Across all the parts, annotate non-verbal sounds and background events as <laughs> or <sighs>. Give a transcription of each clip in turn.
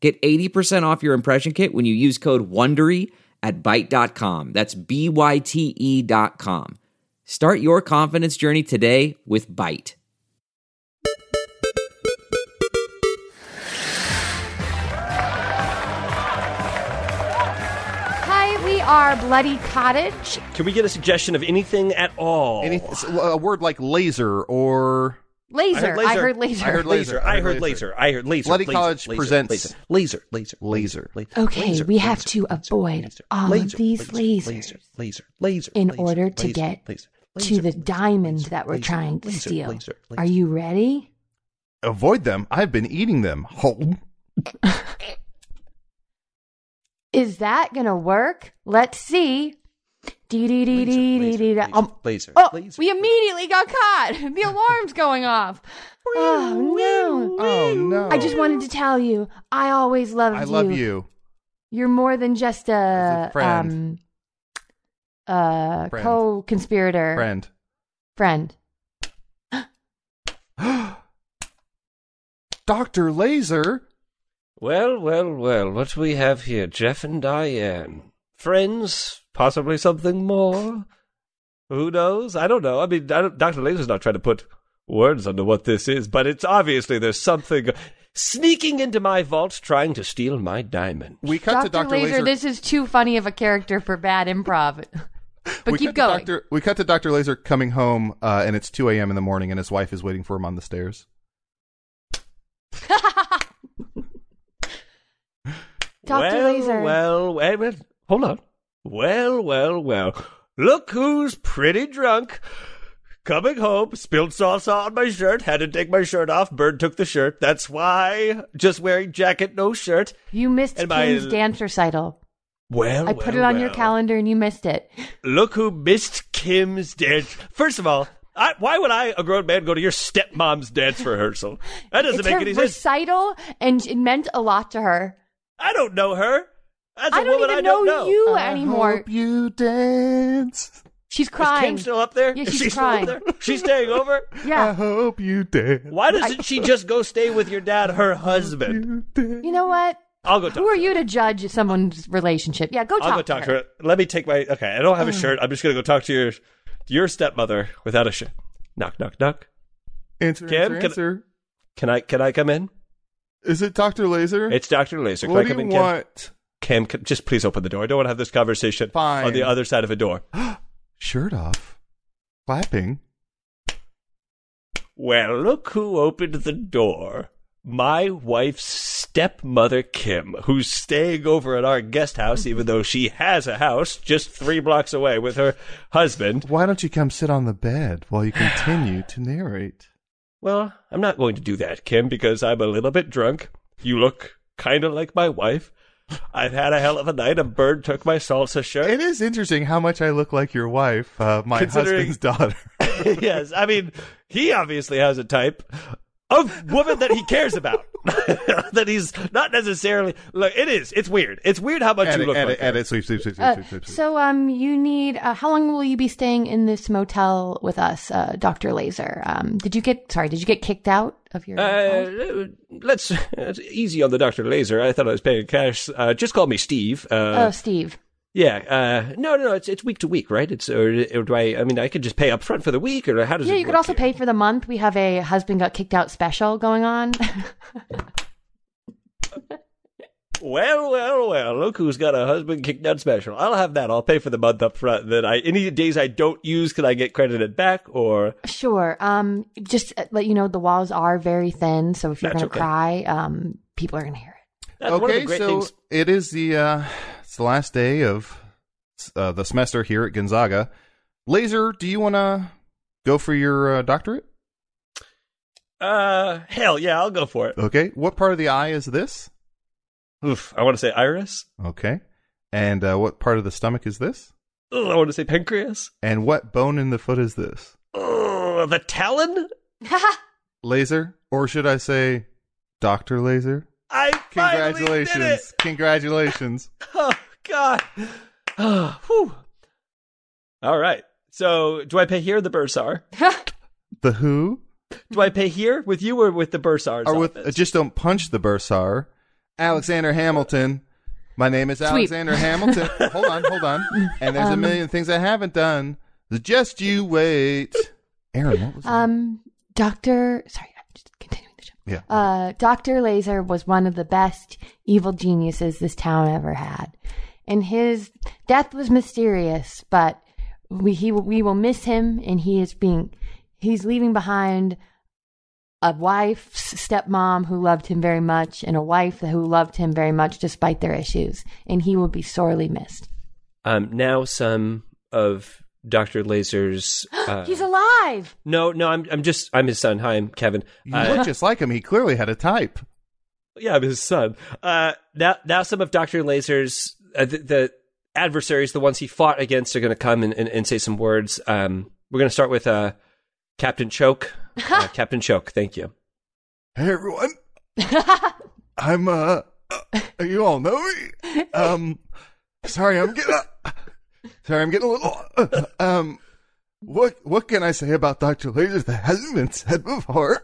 Get 80% off your impression kit when you use code WONDERY at Byte.com. That's B-Y-T-E E dot com. Start your confidence journey today with Byte. Hi, we are Bloody Cottage. Can we get a suggestion of anything at all? Any, a word like laser or Laser. I heard laser. I heard laser. I heard laser. I heard laser. Bloody laser, College laser, presents- laser, laser, laser, Laser. laser, Okay, laser, we have laser, to laser, avoid laser, all laser, of these laser, lasers laser, laser, in laser, order to laser, get laser, to laser, the laser, diamond laser, that we're laser, trying to laser, steal. laser, Are laser. you ready? avoid them. I've been eating them. Home. Is that gonna work? Let's see. Dee dee dee Laser, dee dee laser, dee. laser, Um, laser, Oh, laser. we immediately got caught. <laughs> The alarm's going off. Oh no. Oh no! I just wanted to tell you, I always loved I you. love you. You're more than just a, As a friend. um uh Friend. co-conspirator friend. friend. Doctor Laser. Well, well, well. What we have here, Jeff and Diane, friends, possibly something more. Who knows? I don't know. I mean, I don't, Dr. Laser's not trying to put words under what this is, but it's obviously there's something sneaking into my vault trying to steal my diamond. We cut to Doctor Laser, Laser. this is too funny of a character for bad improv. <laughs> but we keep cut going. to Dr. We cut to Doctor Laser coming home, uh, and it's 2 a.m. in the morning, and his wife is waiting for him on the stairs. Dr. Well, Laser. well, wait, wait, hold on. Well, well, well. Look who's pretty drunk. Coming home, spilled salsa on my shirt, had to take my shirt off. Bird took the shirt. That's why. Just wearing jacket, no shirt. You missed And my- King's dance recital. Well, I put well, it on your well. calendar and you missed it. Look who missed Kim's dance. First of all, I, why would I, a grown man, go to your stepmom's dance rehearsal? That doesn't it's make her any sense. recital and it meant a lot to her. I don't know her. That's a I don't woman even I don't know, know. you I anymore. hope you dance. She's Is crying. Kim still up there? Yeah, Is she's she still crying. up there? She's <laughs> staying over? I yeah. hope you dance. Why doesn't she just go stay with your dad, her husband? You dance. You know what? I'll go talk. Who are to her. you to judge someone's relationship? Yeah, go talk, I'll to, go talk her. to her. Let me take my. Okay, I don't have a Mm. shirt. I'm just gonna go talk to your your stepmother without a shirt. Knock, knock, knock. Answer, Kim, answer, can- answer. Can I can I come in? Is it Doctor Laser? It's Doctor Laser. Can what I do come you in, Kim? want? Kim, c- just please open the door. I don't want to have this conversation Fine. on the other side of a door. Shirt off. Clapping. Well, look who opened the door. My wife's stepmother, Kim, who's staying over at our guest house, even though she has a house just three blocks away with her husband. Why don't you come sit on the bed while you continue to narrate? Well, I'm not going to do that, Kim, because I'm a little bit drunk. You look kind of like my wife. I've had a hell of a night. A bird took my salsa It shirt. is interesting how much I look like your wife, uh, my Considering- husband's daughter. <laughs> <laughs> yes, I mean, he obviously has a type of woman that he cares about. <laughs> that he's not necessarily. Look, it is. It's weird. It's weird how much you look like. her. edit, sweep, sweep, sweep, sweep, Uh, sweep, sweep, sweep. so, um, you need. Uh, how long will you be staying in this motel with us, uh, Doctor Laser? Um, did you get sorry? Did you get kicked out of your? house? Uh, let's <laughs> it's easy on the Dr. Laser. I thought I was paying cash. Uh, just call me Steve. Uh, oh, Steve. Yeah. Uh, no, no, no. It's it's week to week, right? It's or, or do I? I mean, I could just pay up front for the week, or how does Yeah, it? you could work also pay here? for the month. We have a husband got kicked out special going on. <laughs> Well, well, well. Look who's got a husband kicked out special. I'll have that. I'll pay for the month up front. Then I any days I don't use, can I get credited back? Or sure. Um, just uh, let you know the walls are very thin, so if you're That's gonna okay. cry, um, people are gonna hear it. that's one of the okay, great so things. it is the uh, it's the last day of uh, the semester here at Gonzaga. Laser, do you want to go for your uh, doctorate? Uh, hell yeah, I'll go for it. Okay, what part of the eye is this? Oof, I want to say iris. Okay. And uh, what part of the stomach is this? Ugh, I want to say pancreas. And what bone in the foot is this? Ugh, the talon? <laughs> Laser? Or should I say, Dr. Laser? I finally did Congratulations. it. Congratulations. Oh God. <sighs> Whew. All right. So, do I pay here or the bursar? The who? Do I pay here with you or with the bursar's Or with uh, office? just don't punch the bursar. Alexander Hamilton. My name is Sweep. <laughs> Alexander Hamilton. hold on, hold on. And there's a Um, million things I haven't done. Just you wait. Aaron, what was that? Um, Doctor, sorry, I'm just continuing the show. Yeah. Uh, Doctor Laser was one of the best evil geniuses this town ever had, and his death was mysterious. But we he we will miss him, and he is being he's leaving behind a wife's stepmom who loved him very much, and a wife who loved him very much despite their issues, and he will be sorely missed. um, now some of Doctor <gasps> Laser's. Uh, he's alive. no, no, I'm I'm just I'm his son. Hi, I'm Kevin. you Uh, look just like him. He clearly had a type. Yeah, I'm his son. Uh, now, now some of Doctor Laser's uh, the, the adversaries, the ones he fought against, are going to come and, and, and say some words. Um, we're going to start with uh, Captain <laughs> Choke. Uh, Captain Choke, thank you. Hey everyone. I'm uh, uh you all know me. Um sorry, I'm getting uh, sorry, I'm getting a little uh, um what what can I say about Dr. Laser that hasn't been said before?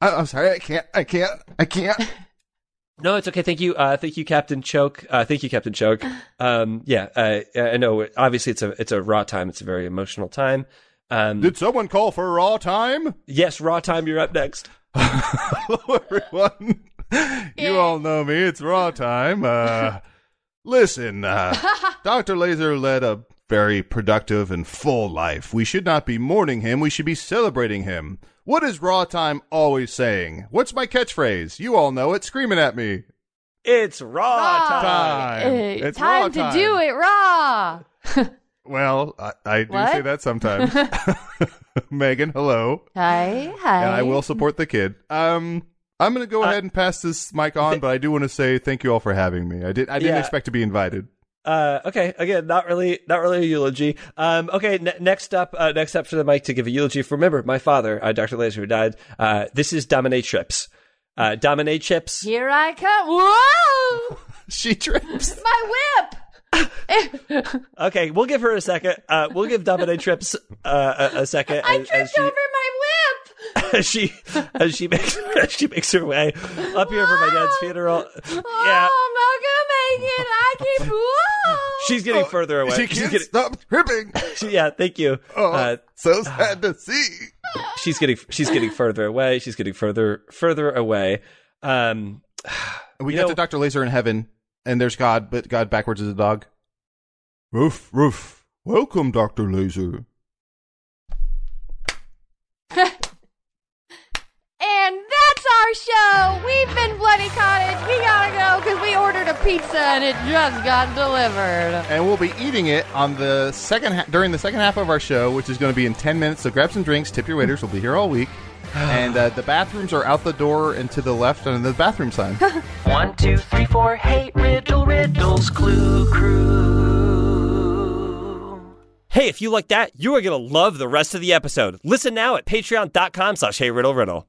I, I'm sorry, I can't I can't I can't No, it's okay. Thank you, uh, thank you, Captain Choke. Uh, thank you, <laughs> Captain Choke. Um, yeah, uh, I know. Obviously, it's a it's a raw time. It's a very emotional time. Um, Did someone call for raw time? yes, raw time. You're up next. Hello, everyone. You all know me. It's raw time. Uh, listen, uh, Dr. Laser led a very productive and full life. We should not be mourning him. We should be celebrating him. What is raw time always saying? What's my catchphrase? You all know it. Screaming at me. It's raw, Raw. Oh, time. Time. Ah! Uh, It's raw time to time. do it raw. Well, I, I do What? say that sometimes. <laughs> Megan, hello. Hi, hi. and I will support the kid. Um, I'm going to go ahead and pass this mic on, but I do want to say thank you all for having me. I did. I didn't Yeah. expect to be invited. Uh, okay, again, not really, not really a eulogy. Um, okay, ne- next up, uh, next up for the mic to give a eulogy. For remember, my father, uh, Dr. Laser, who died. Uh, this is Dominatrix. Uh, Dominatrix. Here I come. Whoa! <laughs> She trips. My whip! Okay, we'll give her a second. Uh, we'll give Dominatrix uh, a, a second. <laughs> I as- tripped as over my she, <laughs> as she, as she makes, as she makes her way up here for my dad's funeral. whip! Yeah, Oh, <laughs> I'm not gonna make it. I keep. Whoa! she's getting further away. Oh, She She's can't getting- stop <laughs> tripping. she- yeah, thank you. Oh, Uh, so sad to see. she's getting, she's getting further away. She's getting further, further away. Um, We You get know- to Doctor Laser in heaven, and there's God, but God backwards is a dog. Roof, roof. Welcome, Doctor Laser. And that's our show. We've been Bloody Cottage. We gotta go because we ordered a pizza and it just got delivered. And we'll be eating it on the second ha- during the second half of our show, which is going to be in ten minutes. So grab some drinks, tip your waiters. We'll be here all <sighs> week. And uh, the bathrooms are out the door and to the left under the bathroom sign. One, two, three, four, hate riddle, riddles, clue, crew. Hey, if you like that, you are going to love the rest of the episode. Listen now at patreon.com slash heyriddleriddle.